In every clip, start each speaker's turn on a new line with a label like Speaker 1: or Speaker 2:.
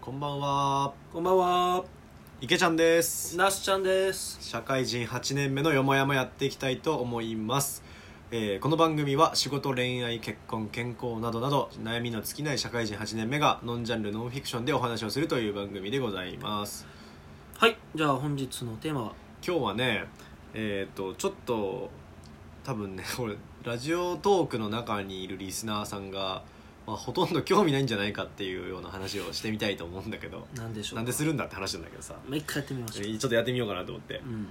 Speaker 1: こんばんは
Speaker 2: こんばんは、
Speaker 1: 池ちゃんです
Speaker 2: なすちゃんです。
Speaker 1: 社会人8年目のよもやもやっていきたいと思います、えーこの番組は仕事恋愛結婚健康などなど悩みの尽きない社会人8年目がノンジャンルノンフィクションでお話をするという番組でございます
Speaker 2: はい、じゃあ本日のテーマは、
Speaker 1: 今日はねえっ、とちょっと多分ね これラジオトークの中にいるリスナーさんが、まあ、ほとんど興味ないんじゃないかっていうような話をしてみたいと思うんだけど
Speaker 2: 何でしょう
Speaker 1: なんでするんだって話なんだけどさ
Speaker 2: もう一回やってみましょう。
Speaker 1: ちょっとやってみようかなと思って
Speaker 2: うん。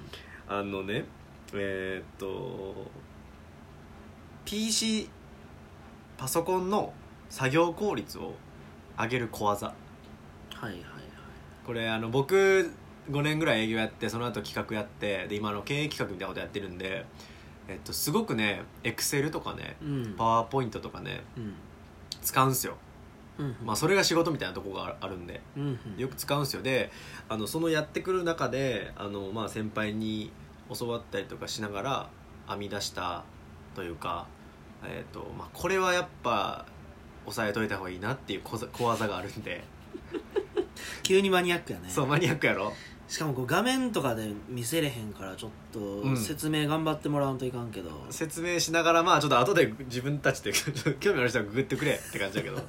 Speaker 1: あのねえーっと PC パソコンの作業効率を上げる小技
Speaker 2: はいはいはい。
Speaker 1: これあの僕5年ぐらい営業やってその後企画やってで今あの経営企画みたいなことやってるんで、えっと、すごくねエクセルとかね
Speaker 2: うん。
Speaker 1: パワーポイントとかね
Speaker 2: うん。
Speaker 1: 使うんすよ、
Speaker 2: うん。
Speaker 1: まあ、それが仕事みたいなとこがあるんで
Speaker 2: うん。
Speaker 1: よく使うんですよであのそのやってくる中であの、まあ、先輩に教わったりとかしながら編み出したというか、えーとまあ、これはやっぱ押さえといた方がいいなっていう小ざ小技があるんで、
Speaker 2: 急にマニアックやね。
Speaker 1: そうマニアックやろ
Speaker 2: しかもこう画面とかで見せれへんから、ちょっ
Speaker 1: ん
Speaker 2: と説明頑張ってもらわんといかんけど。
Speaker 1: 説明しながらまあちょっと後で自分たちで 興味ある人はググってくれって感じだけど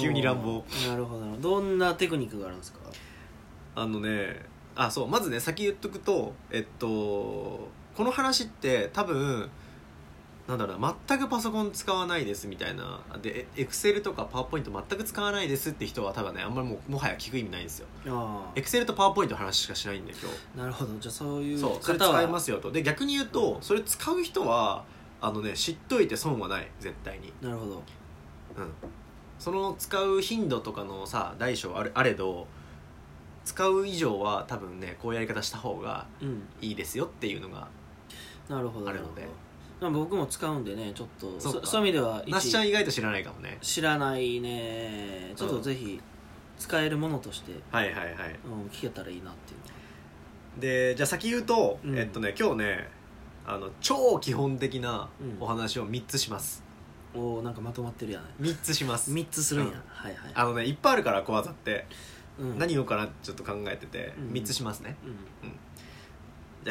Speaker 1: 急に乱暴
Speaker 2: おー。なるほどなるほど。どんなテクニックがあるんですか
Speaker 1: あのねあそうまずね先言っとくとえっとこの話って多分なんだろうな全くパソコン使わないですみたいなでエクセルとかパワーポイント全く使わないですって人は多分ねあんまりもうもはや聞く意味ないんですよ
Speaker 2: あ
Speaker 1: エクセルとパワーポイントの話しかしないんで今日
Speaker 2: あ。なるほど。じゃあそういう
Speaker 1: そうそれ
Speaker 2: 方は。
Speaker 1: 使いますよとで逆に言うとそれ使う人はあのね知っといて損はない絶対に
Speaker 2: なるほど。
Speaker 1: うん、その使う頻度とかのさ大小あれあれど使う以上は多分ねこういうやり方した方が
Speaker 2: うん。
Speaker 1: いいですよっていうのが
Speaker 2: なるほど。
Speaker 1: あるので
Speaker 2: なほど。まあ僕も使うんでね、ちょっと、
Speaker 1: そ
Speaker 2: そうそ
Speaker 1: か
Speaker 2: ういう意味では一
Speaker 1: なしちゃん意外と知らないかもね
Speaker 2: 知らないねちょっとぜひ使えるものとして、
Speaker 1: はいはいはい
Speaker 2: うん、聞けたらいいなっていう
Speaker 1: でじゃあ先言うと、
Speaker 2: うん
Speaker 1: えっとね今日ねあの超基本的な
Speaker 2: うん
Speaker 1: お話を3つします、
Speaker 2: おーなんかまとまってるやん
Speaker 1: 3つします
Speaker 2: 3つするんや、
Speaker 1: うん
Speaker 2: はいはい
Speaker 1: あのねいっぱいあるから小技って、
Speaker 2: うん
Speaker 1: 何言おうかなちょっと考えてて
Speaker 2: うん
Speaker 1: 3つしますね、
Speaker 2: うん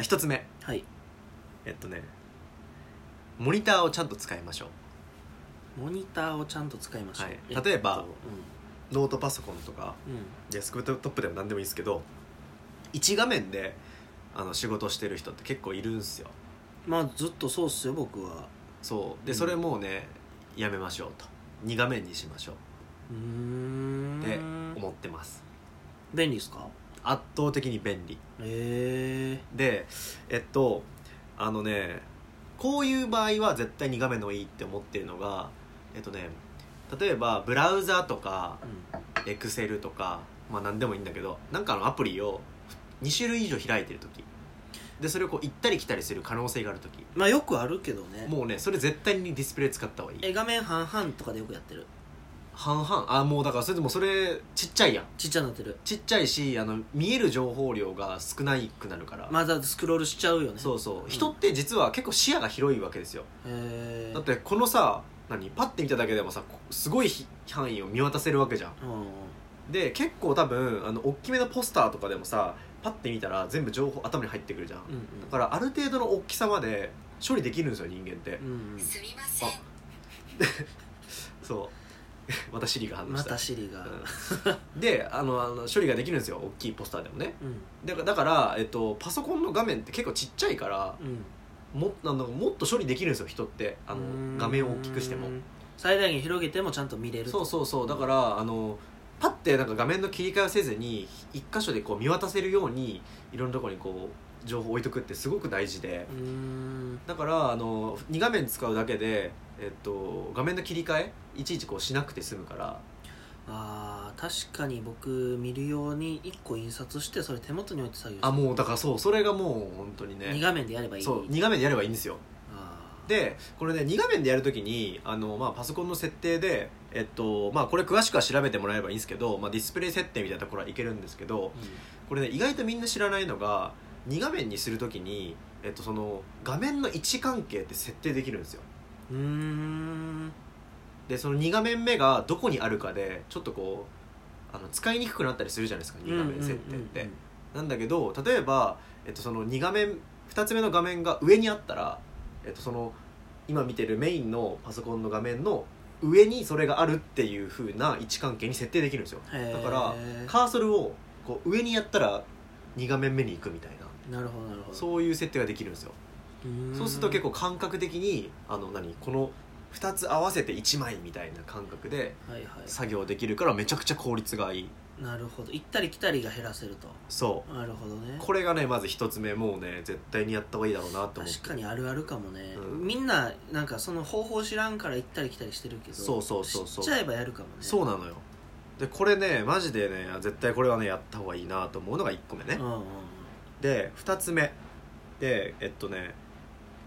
Speaker 1: じゃあ1つ目
Speaker 2: はい
Speaker 1: えっとねモニターをちゃんと使いましょう
Speaker 2: モニターをちゃんと使いましょう、
Speaker 1: はい
Speaker 2: えっと
Speaker 1: 例えばノートパソコンとか
Speaker 2: うんうん
Speaker 1: デスクトップでも何でもいいですけど1画面であの仕事してる人って結構いるんすよ
Speaker 2: まあずっとそうっすよ僕は
Speaker 1: そうで
Speaker 2: うん
Speaker 1: それもうね、やめましょうと2画面にしましょ
Speaker 2: うー
Speaker 1: うって
Speaker 2: ん
Speaker 1: 思ってます
Speaker 2: 便利っすか
Speaker 1: 圧倒的に便利
Speaker 2: え
Speaker 1: でえっとあのねこういう場合は絶対2画面の方がいいって思ってるのがえっとね例えばブラウザとか
Speaker 2: えー
Speaker 1: エクセルとかまあ何でもいいんだけどなんかのアプリを2種類以上開いてる時でそれをこう行ったり来たりする可能性がある時
Speaker 2: うん、まあよくあるけどね
Speaker 1: もうねそれ絶対にディスプレイ使った方がいい
Speaker 2: え画面半々とかでよくやってる
Speaker 1: 半々あもうだからそれでもそれちっちゃいやん
Speaker 2: ちっちゃなってる
Speaker 1: ちっちゃいしあの見える情報量が少ないくなるから、
Speaker 2: まだスクロールしちゃうよね
Speaker 1: そううそう、人って実は結構視野が広いわけですよ
Speaker 2: へえ
Speaker 1: だってこのさ何パッて見ただけでもさこすごいひ範囲を見渡せるわけじゃん
Speaker 2: うん
Speaker 1: で結構多分あの大きめのポスターとかでもさパッて見たら全部情報頭に入ってくるじゃん、
Speaker 2: うんうん
Speaker 1: だからある程度の大きさまで処理できるんですよ人間って、
Speaker 2: うん
Speaker 3: すみません。
Speaker 1: そう またシリが反
Speaker 2: うん、
Speaker 1: 応
Speaker 2: ま
Speaker 1: した
Speaker 2: たシリが、
Speaker 1: うんであのあの処理ができるんですよ大きいポスターでもね
Speaker 2: うん
Speaker 1: だからだから、えっと、パソコンの画面って結構ちっちゃいから
Speaker 2: うん、
Speaker 1: もあのもっと処理できるんですよ人ってあの画面を大きくしても
Speaker 2: うん最大限広げてもちゃんと見れる
Speaker 1: そう
Speaker 2: と
Speaker 1: そうそうだからあのパッてなんか画面の切り替えをせずに一箇所でこう見渡せるようにいろんなところにこう情報を置いとくってすごく大事で
Speaker 2: うーん
Speaker 1: だからあの2画面使うだけで、えっと、画面の切り替えいちいちこうしなくて済むから
Speaker 2: あー確かに僕見るように1個印刷してそれ手元に置いて作業して
Speaker 1: あもうだからそうそれがもう本当に
Speaker 2: 2
Speaker 1: ね
Speaker 2: 画面でやればいい
Speaker 1: そう2画面でやればいいんですよ
Speaker 2: あー
Speaker 1: でこれね2画面でやるときにあの、まあ、パソコンの設定で、えっとまあ、これ詳しくは調べてもらえればいいんですけど、まあ、ディスプレイ設定みたいなところはいけるんですけどこれね意外とみんな知らないのが2画面にするときに、えっと、その画面の位置関係って設定できるんですよ
Speaker 2: うんうーん
Speaker 1: でその2画面目がどこにあるかでちょっとこうあの使いにくくなったりするじゃないですか2画面設定って、
Speaker 2: うんうん
Speaker 1: なんだけど例えば、えっと、その2画面2つ目の画面が上にあったら、えっと、その今見てるメインのパソコンの画面の上にそれがあるっていう風な位置関係に設定できるんですよ
Speaker 2: うんへ
Speaker 1: だ
Speaker 2: ー
Speaker 1: からカーソルをこう上にやったら2画面目に行くみたいな
Speaker 2: なるほどなるほど
Speaker 1: そういう設定ができるんですよ
Speaker 2: ーん
Speaker 1: そうすると結構感覚的にあの何この2つ合わせて1枚みたいな感覚で
Speaker 2: はいは
Speaker 1: 作業できるからめちゃくちゃ効率がいい
Speaker 2: いなるほど行ったり来たりが減らせると
Speaker 1: そ
Speaker 2: なるほど
Speaker 1: う
Speaker 2: ね
Speaker 1: これがねまず1つ目もうね絶対にやった方がいいだろうなと思って
Speaker 2: 確かにあるあるかもね、
Speaker 1: うん
Speaker 2: みんななんかその方法知らんから行ったり来たりしてるけど
Speaker 1: そうそうそうそう
Speaker 2: 知っちゃえばやるかもね
Speaker 1: そうなのよでこれねマジでね絶対これはねやった方がいいなと思うのが1個目ね、
Speaker 2: うんうん
Speaker 1: で2つ目でえっとね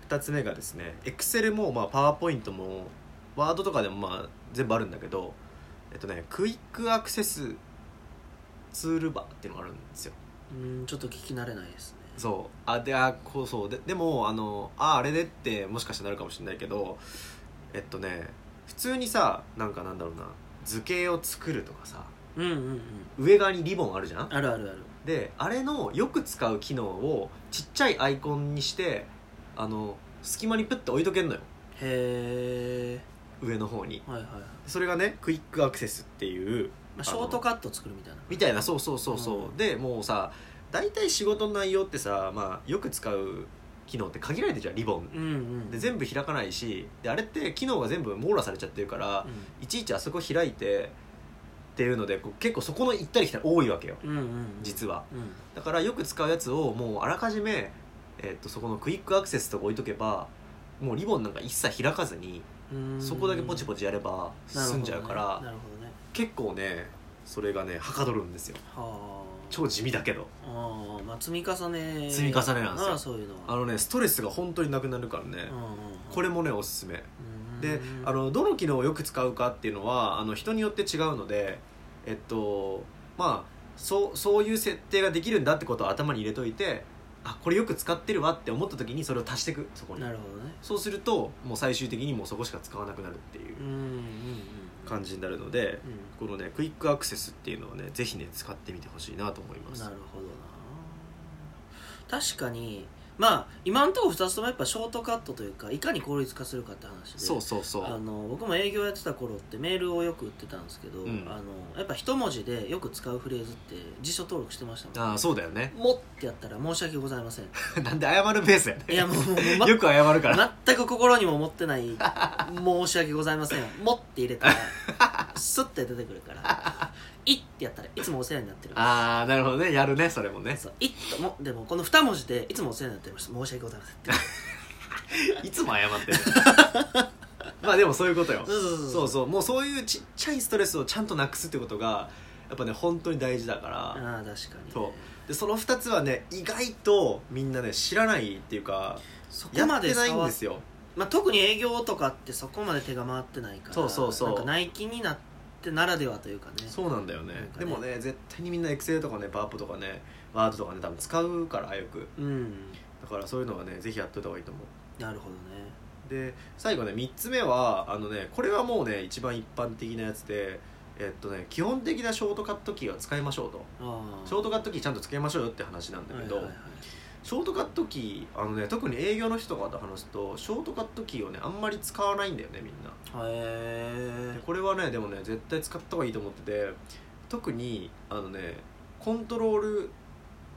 Speaker 1: 2つ目がですね Excel もまあ PowerPoint も Word とかでもまあ全部あるんだけどえっとねクイックアクセスツールバーっていうのがあるんですよ
Speaker 2: うんうんちょっと聞き慣れないですね
Speaker 1: そうあであこうそうででもあのああれでってもしかしたらなるかもしれないけどえっとね普通にさなんかなんだろうな図形を作るとかさ
Speaker 2: うんうんうん
Speaker 1: 上側にリボンあるじゃん
Speaker 2: あるあるある
Speaker 1: であれのよく使う機能をちっちゃいアイコンにしてあの隙間にプッて置いとけんのよ
Speaker 2: へ
Speaker 1: 上の方に
Speaker 2: えはいはいはい、
Speaker 1: それがねクイックアクセスっていう
Speaker 2: まあ、ショートカット作るみたいな
Speaker 1: みたいなそうそうそうそう、
Speaker 2: うん
Speaker 1: でもうさ大体仕事の内容ってさ、まあ、よく使う機能って限られてるじゃんリボン
Speaker 2: うんうん
Speaker 1: で全部開かないしであれって機能が全部網羅されちゃってるからいちいちあそこ開いてっていうのでこう結構そこの行ったり来たり多いわけよ
Speaker 2: うんうんうん
Speaker 1: 実は
Speaker 2: うん
Speaker 1: だからよく使うやつをもうあらかじめ、えっとそこのクイックアクセスとか置いとけばもうリボンなんか一切開かずに
Speaker 2: うん
Speaker 1: そこだけポチポチやれば済んじゃうから、
Speaker 2: なるほどねなる
Speaker 1: 結構ねそれがねはかどるんですよ
Speaker 2: ほどねは
Speaker 1: 超地味だけど
Speaker 2: ああーまあ積み重ね
Speaker 1: 積み重ねなんですよ
Speaker 2: ああそういうの
Speaker 1: あ
Speaker 2: は
Speaker 1: のねストレスが本当になくなるからね
Speaker 2: うんうんうん
Speaker 1: これもねおすすめ
Speaker 2: うん
Speaker 1: であのどの機能をよく使うかっていうのはあの人によって違うのでえっとまあそうそういう設定ができるんだってことを頭に入れといてあこれよく使ってるわって思った時にそれを足していくそこに
Speaker 2: なるほどね
Speaker 1: そうするともう最終的にもうそこしか使わなくなるっていう
Speaker 2: うんうんうんうん
Speaker 1: 感じになるので、
Speaker 2: う
Speaker 1: このねクイックアクセスっていうのはねぜひね使ってみてほしいなと思いま
Speaker 2: ん
Speaker 1: す
Speaker 2: なるほどな確かにまあ今のところ2つともやっぱショートカットというかいかに効率化するかって話で
Speaker 1: そうそうそう
Speaker 2: あの僕も営業やってた頃ってメールをよく売ってたんですけど、
Speaker 1: うん
Speaker 2: あのやっぱ一文字でよく使うフレーズって辞書登録してましたもん
Speaker 1: ああそうだよね
Speaker 2: もってやったら申し訳ございません
Speaker 1: なんで謝るペースやね
Speaker 2: いやもうもう、ま
Speaker 1: よく謝るから
Speaker 2: 全く心にも思ってない申し訳ございませんもって入れ たらスッて出てくるから「い」ってやったらいつもお世話になってる
Speaker 1: ああなるほどねやるねそれもね
Speaker 2: そういっともでもこの二文字でいつもお世話になってました申し訳ございませんって
Speaker 1: いつも謝ってる まあでもそういうことよ
Speaker 2: そうそうそう
Speaker 1: そうそうもうそういうちっちゃいストレスをちゃんとなくすってことがやっぱね本当に大事だから、
Speaker 2: ああ確かに、ね、
Speaker 1: そうでその2つはね意外とみんなね知らないっていうか
Speaker 2: そこ
Speaker 1: や
Speaker 2: ま
Speaker 1: っ
Speaker 2: で
Speaker 1: てないん
Speaker 2: 触
Speaker 1: で
Speaker 2: っ
Speaker 1: すよ
Speaker 2: まあ、特に営業とかってそこまで手が回ってないから
Speaker 1: そうそうそう
Speaker 2: なんか内気になってならではというかね
Speaker 1: そうなんだよね
Speaker 2: なんかね
Speaker 1: でもね絶対にみんな Excel とかねパワープとかねワードとかね多分使うからよく
Speaker 2: うん
Speaker 1: だからそういうのはねぜひやっといた方がいいと思う
Speaker 2: なるほどね
Speaker 1: で最後ね3つ目はあのねこれはもうね一番一般的なやつでえっとね基本的なショートカットキーは使いましょうと
Speaker 2: ああ
Speaker 1: ショートカットキーちゃんとつけましょうよって話なんだけど、
Speaker 2: はいはいはい
Speaker 1: ショートカットキーあのね特に営業の人とかと話すとショートカットキーをねあんまり使わないんだよねみんな
Speaker 2: へ
Speaker 1: で
Speaker 2: え
Speaker 1: これはねでもね絶対使った方がいいと思ってて特にあのねコントロール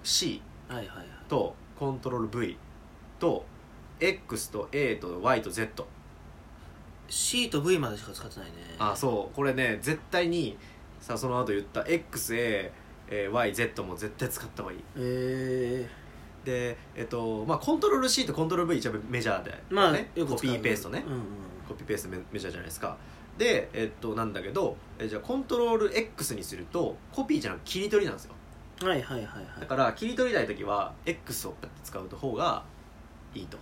Speaker 1: C
Speaker 2: はいはいはい
Speaker 1: とコントロール V と X と A と Y と Z
Speaker 2: C と V までしか使ってないね
Speaker 1: あそうこれね絶対にさその後言った XAYZ も絶対使った方がいい
Speaker 2: え
Speaker 1: でえっとまあコントロール C とコントロール V 一応メジャーで、
Speaker 2: えまあ、
Speaker 1: ね、
Speaker 2: よく
Speaker 1: コ
Speaker 2: 使
Speaker 1: ピ
Speaker 2: う
Speaker 1: ーペーストね
Speaker 2: うんうん
Speaker 1: コピーペーストメメジャーじゃないですかでえっとなんだけどえじゃあコントロール X にするとコピーじゃなく切り取りなんですよ
Speaker 2: うんはいはいはいは
Speaker 1: だ
Speaker 2: い
Speaker 1: から切り取りたい時は X をパッて使う方がいいと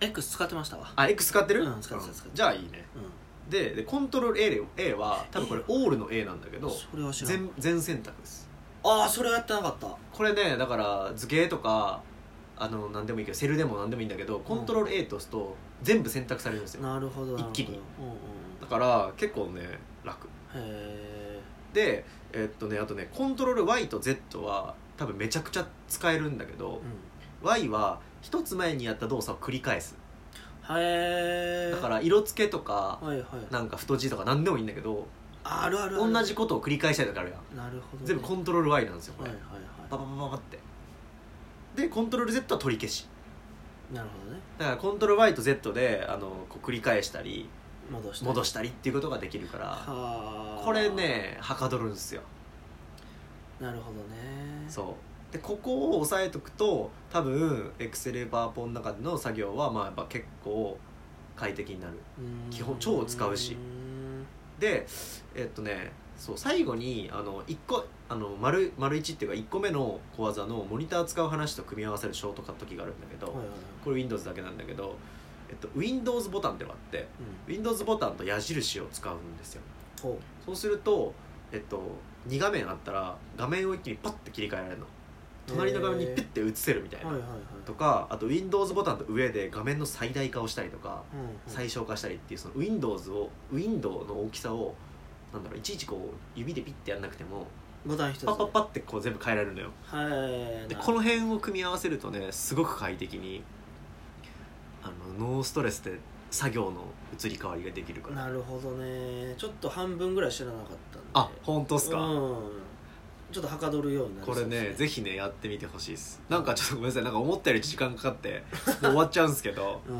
Speaker 2: X 使ってましたわ
Speaker 1: あ X 使ってる、
Speaker 2: うん使ってる使ってる
Speaker 1: じゃあいいね
Speaker 2: う
Speaker 1: ででコントロール A, で A は多分これ
Speaker 2: A
Speaker 1: オールの A なんだけ
Speaker 2: ん
Speaker 1: ど
Speaker 2: それは知らん
Speaker 1: 全全選択です
Speaker 2: ああそれはやってなかった
Speaker 1: これねだから図形とかあの何でもいいけどセルでも何でもいいんだけどコントロール A と押すと全部選択されるんですよ、
Speaker 2: なるほどなるほど
Speaker 1: 一気に
Speaker 2: うんうんうん
Speaker 1: だから結構ね楽
Speaker 2: へえ
Speaker 1: でえっとねあとねコントロール Y と Z は多分めちゃくちゃ使えるんだけど、Y は一つ前にやった動作を繰り返す
Speaker 2: うん、へえ
Speaker 1: だから色付けとか、
Speaker 2: はいはい
Speaker 1: なんか太字とか何でもいいんだけど
Speaker 2: あるあるある
Speaker 1: 同じことを繰り返したいとかあるやん
Speaker 2: なるほどね、
Speaker 1: 全部コントロール Y なんですよこ
Speaker 2: は
Speaker 1: れ、
Speaker 2: いはい
Speaker 1: パ
Speaker 2: は
Speaker 1: パパパパってでコントロール Z は取り消し
Speaker 2: いなるほどね
Speaker 1: だからコントロール Y と Z であのこう繰り返したり
Speaker 2: 戻した
Speaker 1: 戻したたりっていうことができるから
Speaker 2: はあ
Speaker 1: これねはかどるんですよ
Speaker 2: なるほどね
Speaker 1: そうでここを押さえとくと多分エクセルバーポンの中での作業はまあやっぱ結構快適になる
Speaker 2: うん
Speaker 1: 基本超使うし
Speaker 2: ん
Speaker 1: でえっとねそう最後にあの1個あの丸丸1っていうか1個目の小技のモニター使う話と組み合わせるショートカットキーがあるんだけど、
Speaker 2: はいはいはい
Speaker 1: これ Windows だけなんだけど、えっと、Windows ボタンってのがあって
Speaker 2: うん
Speaker 1: Windows ボタンと矢印を使うんですよ
Speaker 2: ほう
Speaker 1: そうすると、えっと、2画面あったら画面を一気にパッて切り替えられるの隣の画面にピッて映せるみたいな、
Speaker 2: はいはいはい
Speaker 1: とかあと Windows ボタンと上で画面の最大化をしたりとか
Speaker 2: うんうん
Speaker 1: 最小化したりっていうその Windows を Window の大きさをなんだろういちいちこう指でピッてやんなくても
Speaker 2: ボタン一つで
Speaker 1: パッパッパッてこう全部変えられるのよ
Speaker 2: はい
Speaker 1: で
Speaker 2: な
Speaker 1: この辺を組み合わせるとねすごく快適にあのノーストレスで作業の移り変わりができるから
Speaker 2: なるほどねちょっと半分ぐらい知らなかったんで
Speaker 1: あ本当っすか、
Speaker 2: うんちょっとはかどるようになり
Speaker 1: こ
Speaker 2: そ
Speaker 1: れ
Speaker 2: うです
Speaker 1: ねぜひねやってみてほしいですなんかちょっとごめんなさいなんか思ったより時間かかってもう終わっちゃうんですけど
Speaker 2: う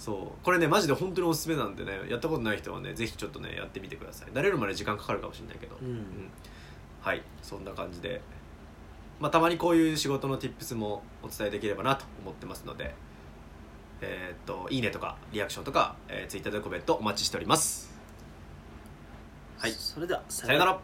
Speaker 1: そうこれねマジで本当におすすめなんでねやったことない人はねぜひちょっとねやってみてください慣れるまで時間かかるかもしれないけど、
Speaker 2: んう
Speaker 1: うんんはいそんな感じで、まあ、たまにこういう仕事の tips もお伝えできればなと思ってますのでえーっといいねとかリアクションとか、えー、Twitter でコメントお待ちしておりますはい
Speaker 2: それではさ
Speaker 1: さよなら